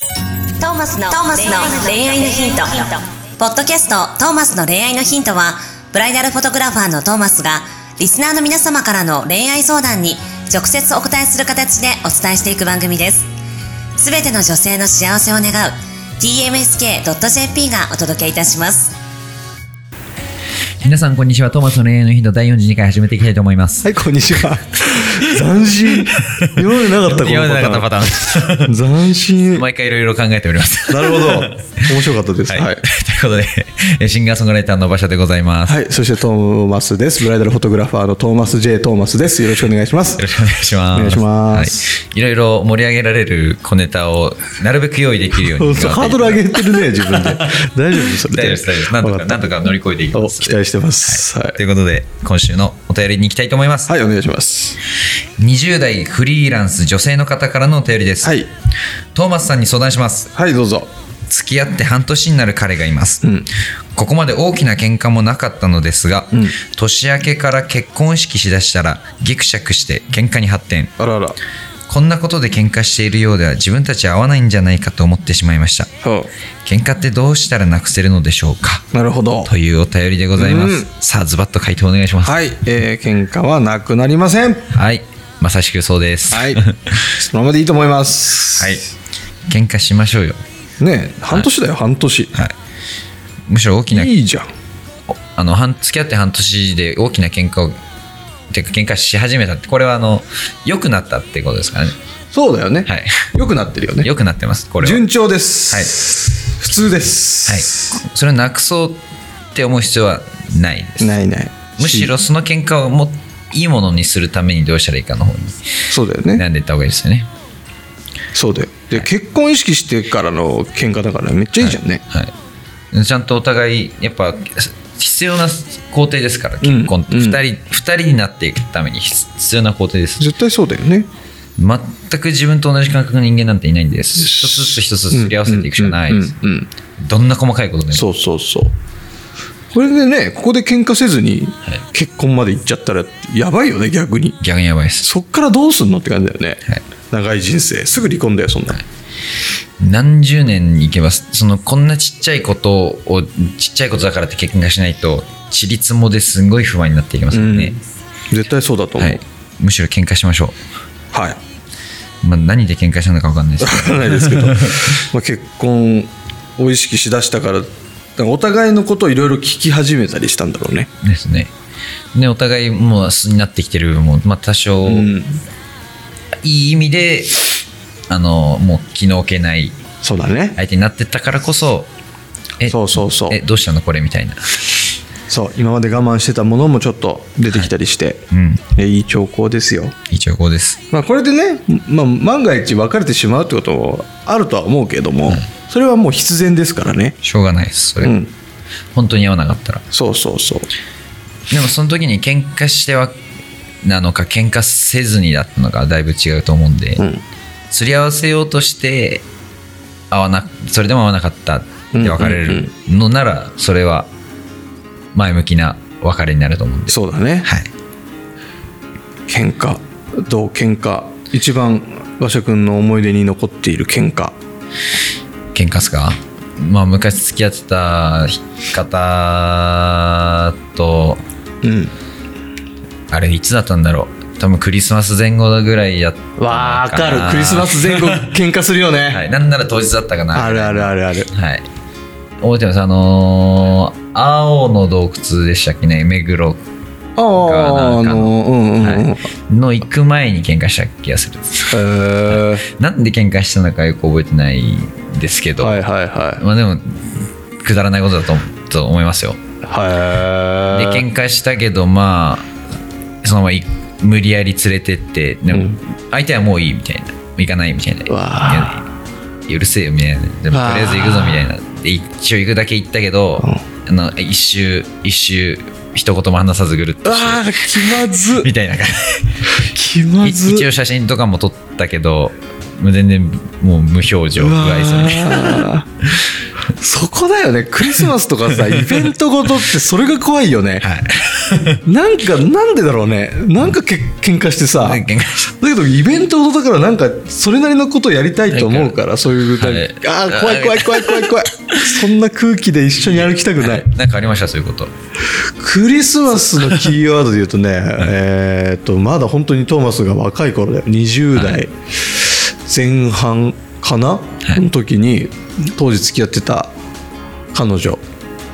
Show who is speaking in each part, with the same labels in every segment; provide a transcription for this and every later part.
Speaker 1: トーマスの恋愛のヒントポッドキャスト「トーマスの恋愛のヒントは」ブライダルフォトグラファーのトーマスがリスナーの皆様からの恋愛相談に直接お答えする形でお伝えしていく番組ですすべての女性の幸せを願う tmsk.jp がお届けいたします
Speaker 2: 皆さんこんにちはトーマスの恋愛のヒント第42回始めていきたいと思います、
Speaker 3: はい、こん にちは。斬新。今までなかった、こ
Speaker 2: 今ま
Speaker 3: の
Speaker 2: でなかったパ
Speaker 3: パタ
Speaker 2: ターン
Speaker 3: ーン。斬新。な
Speaker 2: 毎回いろいろ考えております
Speaker 3: る ほど。面白かったです。
Speaker 2: はい、
Speaker 3: はい
Speaker 2: とい。うことでえシンガーソングライターの馬車でございます、
Speaker 3: はい、そしてトーマスです。ブライダルフォトグラファーのトーマス J. トーマスです。よろしくお願いします
Speaker 2: よろ。しくお願いします。
Speaker 3: お願いします
Speaker 2: はい。いろいろ盛り上げられる小ネタをなるべく用意できるよう
Speaker 3: そう
Speaker 2: に。
Speaker 3: そうハードル上げてるね、自分で。大丈夫それ
Speaker 2: 大丈夫です、大丈夫です。なんと
Speaker 3: わ
Speaker 2: か、な
Speaker 3: った
Speaker 2: んとか乗り越えていきま
Speaker 3: お
Speaker 2: す。
Speaker 3: 期待してます。はい
Speaker 2: ということで、今週のお便りに行きたいと思います。
Speaker 3: はい、お願いします。
Speaker 2: 20代フリーランス女性の方からのお便りです。
Speaker 3: はい。
Speaker 2: トーマスさんに相談します。
Speaker 3: はい、どうぞ。
Speaker 2: 付き合って半年になる彼がいます、
Speaker 3: うん
Speaker 2: ここまで大きな喧嘩もなかったのですが、
Speaker 3: ん
Speaker 2: 年明けから結婚式しだしたらギクシャクして喧嘩に発展
Speaker 3: あらあら。
Speaker 2: こんなことで喧嘩しているようでは自分たち合わないんじゃないかと思ってしまいました
Speaker 3: そ
Speaker 2: 喧嘩ってどうしたらなくせるのでしょうか
Speaker 3: う。なるほど。
Speaker 2: というお便りでございます、
Speaker 3: うん
Speaker 2: さあズバッと回答お願いしますは
Speaker 3: はい、えー、喧嘩はなくなりません。
Speaker 2: い、まさしくそうです。
Speaker 3: はい そのままでいいと思います。
Speaker 2: はい喧嘩しましょうよ、
Speaker 3: ねえ半年だよ、半年。
Speaker 2: はい、むしろ大きない
Speaker 3: いじゃん。
Speaker 2: あの半付き合って半年で大きな喧嘩をてか喧嘩し始めたってこれはあの良くなったってことですからね
Speaker 3: そうだよね。
Speaker 2: はい
Speaker 3: 良くなってるよね。
Speaker 2: 良くなってますこれは、はい、
Speaker 3: 順調です。
Speaker 2: はい
Speaker 3: 普通です。
Speaker 2: それをなくそうって思う必要はないです
Speaker 3: ないない。
Speaker 2: むしろその喧嘩をもいいものにするためにどうしたらいいかの方に
Speaker 3: そうだよね。
Speaker 2: 悩んでいった方がいいですよね
Speaker 3: そうだよ。で、結婚意識してからの喧嘩だからめっちゃいいじゃんね。
Speaker 2: はい、ちゃんとお互いやっぱ必要な工程ですから結婚って
Speaker 3: うん
Speaker 2: 2
Speaker 3: うん
Speaker 2: 人,、人になっていくために必要な工程です
Speaker 3: 絶対そうだよね。
Speaker 2: 全く自分と同じ感覚の人間なんていないんです一つずつ一つずつすり合わせていくしかないです
Speaker 3: うんうんうんうん
Speaker 2: どんな細かいことでも
Speaker 3: そうそうそう。これでね、ここで喧嘩せずに結婚まで行っちゃったらやばいよね、逆に。
Speaker 2: 逆にやばいです
Speaker 3: そっからどうすんのって感じだよね。
Speaker 2: はい
Speaker 3: 長い人生。すぐ離婚だよ、そんなの。
Speaker 2: 何十年にいけますそのこんなちっちゃいことをちっちゃいことだからって経験がしないとちりつもですごい不安になっていきますよね、
Speaker 3: 絶対そうだと思
Speaker 2: は
Speaker 3: う。
Speaker 2: い、むしろ喧嘩しましょ
Speaker 3: はい。
Speaker 2: う、まあ、何で喧嘩したのか分かんないです
Speaker 3: わからないですけど まあ結婚を意識しだしたからなんかお互いのことをいろいろ聞き始めたりしたんだろうね
Speaker 2: けどですねでお互いもう素になってきてる部分も、まあ、多少、
Speaker 3: うん
Speaker 2: いい意味であのもう気の置けない
Speaker 3: そうだね
Speaker 2: 相手になってったからこそえ
Speaker 3: そうそうそう
Speaker 2: えどうしたのこれみたいな
Speaker 3: そう今まで我慢してたものもちょっと出てきたりして、
Speaker 2: うん
Speaker 3: えいい兆候ですよ、
Speaker 2: 一応こうです
Speaker 3: まあ、これでね、まあ、万が一別れてしまうってこともあるとは思うけども、それはもう必然ですからね
Speaker 2: しょうがないですそれ、
Speaker 3: うん
Speaker 2: 本当に合わなかったら
Speaker 3: そうそうそう
Speaker 2: でもその時に喧嘩してはなのか喧嘩せずにだったのかだいぶ違うと思うんで、
Speaker 3: うん
Speaker 2: すり合わせようとして合わなそれでも合わなかったって別れるのならそれは前向きな別れになると思うんで
Speaker 3: そうだね、
Speaker 2: はい
Speaker 3: 喧嘩どう喧嘩一番馬車君の思い出に残っている喧嘩
Speaker 2: 喧嘩っすかまあ昔付き合ってた方と
Speaker 3: うん
Speaker 2: あれいつだったんだろう多分クリスマス前後ぐらいやったのな
Speaker 3: わかるクリスマス前後喧嘩するよね、
Speaker 2: はいなんなら当日だったかな
Speaker 3: あるあるあるある
Speaker 2: はい覚えてますあのー青の洞窟でしたっけね目黒
Speaker 3: あああのうんうんうん、
Speaker 2: はいの行く前に喧嘩した気がする
Speaker 3: えー
Speaker 2: なんで喧嘩したのかよく覚えてないんですけど、
Speaker 3: はいはいはい
Speaker 2: まあでもくだらないことだとと思いますよで
Speaker 3: はい
Speaker 2: 喧嘩したけどまあそのままい無理やり連れてってでも
Speaker 3: うん
Speaker 2: 相手はもういいみたいな行かないみたいな
Speaker 3: うわ
Speaker 2: いやうるせえよみたいなでも
Speaker 3: わあ
Speaker 2: とりあえず行くぞみたいなで一応行くだけ行ったけど、あの一周一周一言も話さずぐるっ
Speaker 3: う
Speaker 2: と
Speaker 3: わ
Speaker 2: して
Speaker 3: ー気まず
Speaker 2: みたいな感
Speaker 3: 気ま
Speaker 2: じ
Speaker 3: ず
Speaker 2: 一応写真とかも撮ったけどもう全然もう無表情不愛想みたいな
Speaker 3: うわーそこだよねクリスマスとか さイベントごとってそれが怖いよね、
Speaker 2: はい
Speaker 3: なんかなんでだろうねなんかけ喧嘩してさだ
Speaker 2: 喧嘩し
Speaker 3: けどイベントごとだからなんかそれなりのことをやりたいと思うからそういう歌、
Speaker 2: はい
Speaker 3: ああ怖い怖い怖い怖い怖いそんな空気で一緒に歩きたくない
Speaker 2: なんかありましたそういうこと
Speaker 3: クリスマスのキーワードで言うとね、えーっとまだ本当にトーマスが若い頃だよ20代前半かな、の時に当時付き合ってた彼女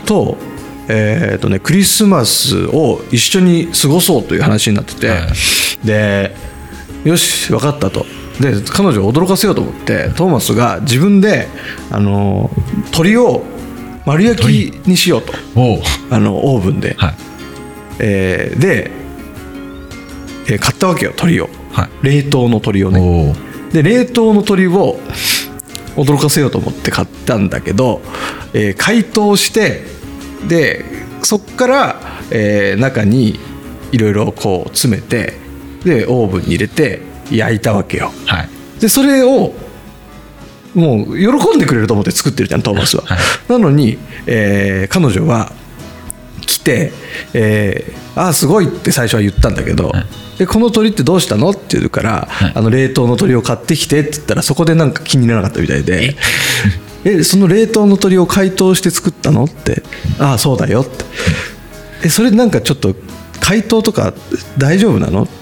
Speaker 3: と,、えーっとね、クリスマスを一緒に過ごそうという話になってて、
Speaker 2: はい
Speaker 3: でよし分かったと。で彼女を驚かせようと思ってトーマスが自分であの鳥を丸焼きにしようと
Speaker 2: おお
Speaker 3: あのオーブンで、
Speaker 2: はい
Speaker 3: えーで、えー買ったわけよ鳥を、
Speaker 2: はい
Speaker 3: 冷凍の鳥をね
Speaker 2: おお
Speaker 3: で冷凍の鳥を驚かせようと思って買ったんだけど、えー解凍してでそっから、えー中にいろいろこう詰めてでオーブンに入れて焼いたわけよ
Speaker 2: はい
Speaker 3: でそれをもう喜んでくれると思って作ってるじゃんトーマスは。なのに、えー彼女は来て「えーああすごい」って最初は言ったんだけど「
Speaker 2: はい
Speaker 3: でこの鳥ってどうしたの?」って言うから、
Speaker 2: い
Speaker 3: あの冷凍の鳥を買ってきて」って言ったらそこでなんか気にならなかったみたいで「 えその冷凍の鳥を解凍して作ったの?」って「ああそうだよ」って「えそれなんかちょっと解凍とか大丈夫な の?」って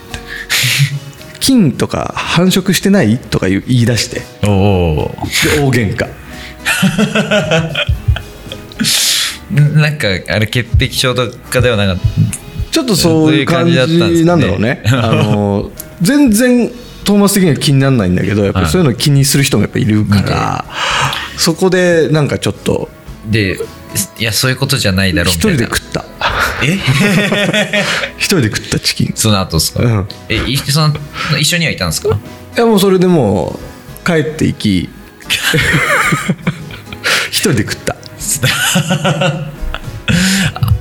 Speaker 3: 「菌とか繁殖してない?」とか言う言い出して。
Speaker 2: おお
Speaker 3: で大喧嘩
Speaker 2: なんかあれ潔癖症とかではなかっ
Speaker 3: ちょっとそういう感じなんだろ
Speaker 2: そういう感じだったんです
Speaker 3: うね
Speaker 2: ね
Speaker 3: あの全然トーマス的には気にならないんだけどやっぱり
Speaker 2: はい
Speaker 3: そういうの気にする人もやっぱいるから、そこでなんかちょっと
Speaker 2: たでいやそういうことじゃないだろう
Speaker 3: 一
Speaker 2: みたい
Speaker 3: 人
Speaker 2: な
Speaker 3: で食った え一人で食ったチキン
Speaker 2: その後ですか、
Speaker 3: うん
Speaker 2: えいその一緒にはいたんですか
Speaker 3: いやもうそれでもう帰っていき 一人で食った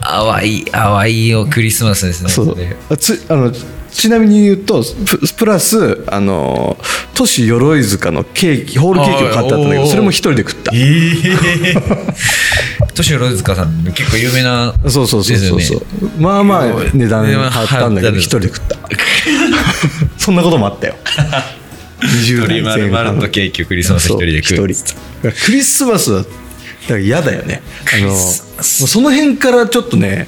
Speaker 2: 淡い淡いおクリスマスですね
Speaker 3: そう
Speaker 2: れ
Speaker 3: あつあのちなみに言うとププラスあの都市鎧塚のケーキホールケーキを買ってあったんだけ
Speaker 2: あーお
Speaker 3: ど
Speaker 2: ー
Speaker 3: それも一人で食った
Speaker 2: ええ 年寄塚さん結構有名な
Speaker 3: そうそうそうそう
Speaker 2: です
Speaker 3: そう、
Speaker 2: よね
Speaker 3: まあまあ値段張ったんだけど一人で食ったそんなこともあったよ 20代
Speaker 2: 鳥
Speaker 3: 前
Speaker 2: 丸
Speaker 3: 半
Speaker 2: 々とケーキをクリスマス一人で食う
Speaker 3: そう一人だからクリスマスはだから嫌だよねあのもう
Speaker 2: ス
Speaker 3: その辺からちょっとね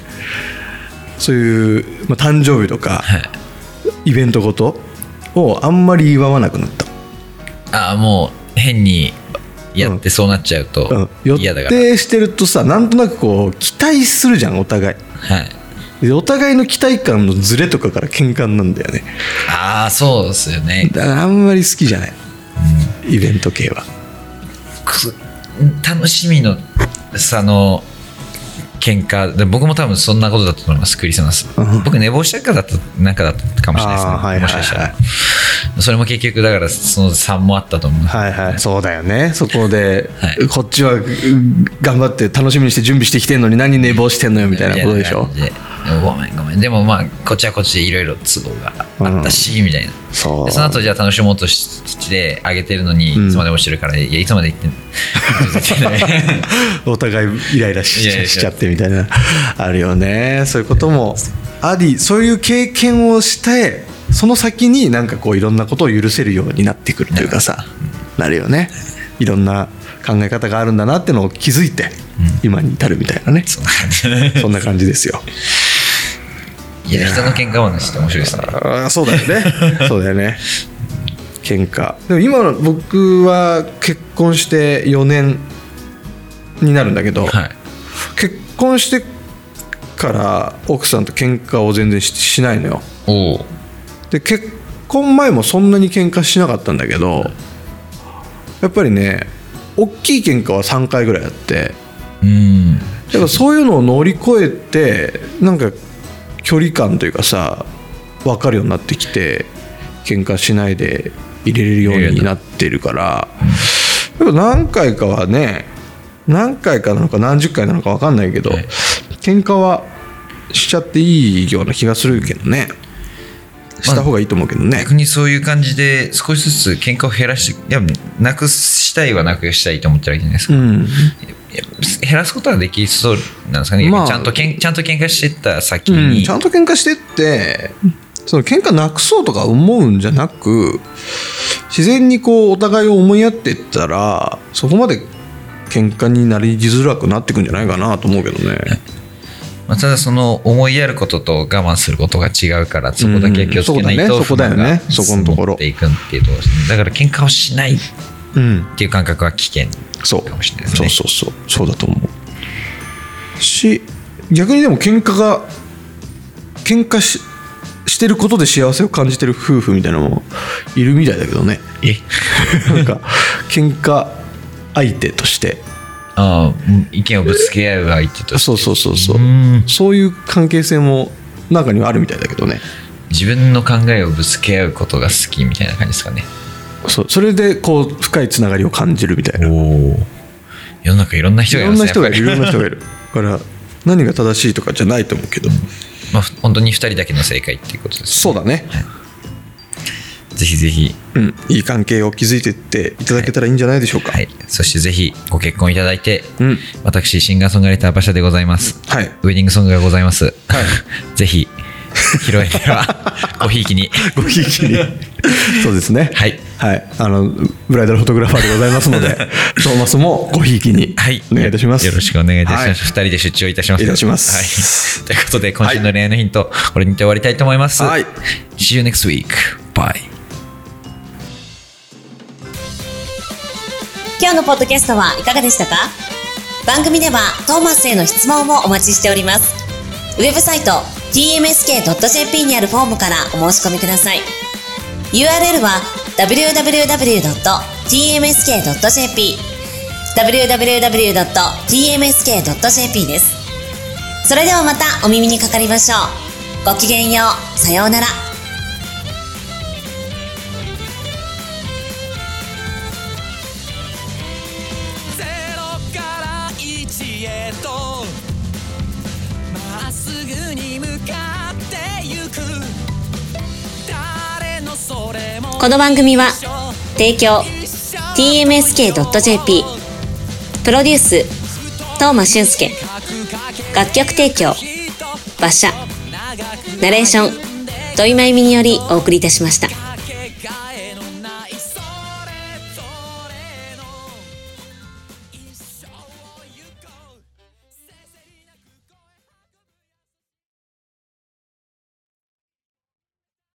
Speaker 3: そういう、まあ、誕生日とか、
Speaker 2: はい
Speaker 3: イベントごとをあんまり祝わなくなった
Speaker 2: ああもう変にやってそうなっちゃう
Speaker 3: うん
Speaker 2: と
Speaker 3: 予
Speaker 2: 嫌だから、
Speaker 3: 定してるとさなんとなくこう期待するじゃんお互い
Speaker 2: はい、
Speaker 3: でお互いの期待感のズレとかから喧嘩なんだよね
Speaker 2: ああそうですよね
Speaker 3: だからあんまり好きじゃない、イベント系は
Speaker 2: くそ楽しみのさの喧嘩で僕も多分そんなことだったと思いますクリスマス
Speaker 3: うん
Speaker 2: 僕寝坊したかだったなんかだったかもしれないですね、
Speaker 3: あーはいはいはい
Speaker 2: もしかしたらそれも結局だからその3もあったと思う、
Speaker 3: はいはいそうだよねそこで、
Speaker 2: はい
Speaker 3: こっちはう頑張って楽しみにして準備してきてんのに何寝坊してんのよみたいなことでしょ
Speaker 2: みたいな感じでごめんごめんでもまあこっちはこっちでいろいろ都合があったし、みたいな
Speaker 3: そう
Speaker 2: でその後じゃあ楽しもうとしてあげてるのにい
Speaker 3: ん
Speaker 2: つまでもしてるから、いやいつまで行ってん の
Speaker 3: お互いイライラし
Speaker 2: イライラし
Speaker 3: し
Speaker 2: ち
Speaker 3: ち
Speaker 2: ゃ
Speaker 3: ゃ
Speaker 2: う
Speaker 3: ってみたいなあるよねそういうこともありそういう経験をしてその先になんかこういろんなことを許せるようになってくるというかさなるよねいろんな考え方があるんだなってのを気づいて今に至るみたいなね
Speaker 2: そんな感じで
Speaker 3: そんな感じですよ
Speaker 2: いや人の喧嘩話って面白い ですね
Speaker 3: ああそうだよ ねそうだよね喧嘩でも今の僕は結婚して4年になるんだけど、
Speaker 2: はい
Speaker 3: 結婚してから奥さんと喧嘩を全然ししないのよ
Speaker 2: おお
Speaker 3: で結婚前もそんなに喧嘩しなかったんだけどやっぱりね大きい喧嘩は3回ぐらいあって
Speaker 2: うん
Speaker 3: やっぱそういうのを乗り越えてなんか距離感というかさ分かるようになってきて喧嘩しないで入れれるようになってるからやっぱ何回かはね何回かなのか何十回なのか分かんないけど
Speaker 2: はい
Speaker 3: 喧嘩はしちゃっていいような気がするけどねした方がいいと思うけどね
Speaker 2: 逆にそういう感じで少しずつ喧嘩を減らしていやなくしたいはなくしたいと思ってるわけじゃないです
Speaker 3: う
Speaker 2: か、
Speaker 3: ん
Speaker 2: 減らすことはできそうなんですかね、
Speaker 3: まあ
Speaker 2: ちゃんとけんちゃんと喧嘩してった先
Speaker 3: うん
Speaker 2: に、
Speaker 3: ちゃんと喧嘩してってその喧嘩なくそうとか思うんじゃなく自然にこうお互いを思いやってったらそこまで喧嘩になりづらくなってくんじゃないかなと思うけどね。
Speaker 2: まあ、ただその思いやることと我慢することが違うからそこだけは気をつけない
Speaker 3: うんう
Speaker 2: と
Speaker 3: んそうだね
Speaker 2: 不満が
Speaker 3: そこだよねそこのところ
Speaker 2: 積もっていくっていうところですねだから喧嘩をしないっ
Speaker 3: うん、
Speaker 2: ていう感覚は危険
Speaker 3: そう
Speaker 2: かもしれないですね
Speaker 3: そうそうそうそうだと思うし逆にでも喧嘩が喧嘩ししてることで幸せを感じてる夫婦みたいなのもいるみたいだけどね
Speaker 2: え
Speaker 3: なんか喧嘩相手として
Speaker 2: ああうん意見をぶつけ合う相手として
Speaker 3: そうそうそうそう
Speaker 2: うん
Speaker 3: そういう関係性も中にはあるみたいだけどね
Speaker 2: 自分の考えをぶつけ合うことが好きみたいな感じですかね
Speaker 3: そうそれでこう深いつながりを感じるみたいな
Speaker 2: お世の中いろんな人
Speaker 3: い
Speaker 2: がい
Speaker 3: ろ
Speaker 2: ま
Speaker 3: ん
Speaker 2: す
Speaker 3: な
Speaker 2: ね
Speaker 3: 人がいるい
Speaker 2: やっ
Speaker 3: ろんな人がいるだから何が正しいとかじゃないと思うけど、
Speaker 2: ぱりまあふ本当に2人だけの正解っていうことです
Speaker 3: そうだね、
Speaker 2: ぜひぜひ
Speaker 3: うん、いい関係を築いていっていただけたらいいんじゃないでしょうか。
Speaker 2: はいそしてぜひご結婚いただいて、
Speaker 3: うん
Speaker 2: 私シンガーソングライター馬車でございます
Speaker 3: はい。
Speaker 2: ウェディングソングがございます。 ぜひ、披露宴で は、ごひいきに。
Speaker 3: ごひいきに。そうですね。
Speaker 2: はい
Speaker 3: はい。あの、ブライダルフォトグラファーでございますの で、トーマスもごひいきに。
Speaker 2: はい。
Speaker 3: お願いいたします。
Speaker 2: よろしくお願いいたし
Speaker 3: は
Speaker 2: ます。二、人で出張いたします。
Speaker 3: いたします
Speaker 2: はい。ということで、今週の恋愛のヒント、これにて終わりたいと思います。
Speaker 3: はい
Speaker 2: See you next week. Bye.
Speaker 1: 今日のポッドキャストはいかがでしたか番組ではトーマスへの質問もお待ちしております。ウェブサイト tmsk.jp にあるフォームからお申し込みください。URL は www.tmsk.jp www.tmsk.jp です。それではまたお耳にかかりましょう。ごきげんよう。さようなら。
Speaker 4: ゼロから一へとまっすぐに向かってゆく誰のそれも
Speaker 1: この番組は
Speaker 4: 一緒
Speaker 1: 提供 TMSK.jp プロデュース東間俊介楽曲提供馬車ナレーション土井真由美によりお送りいたしました。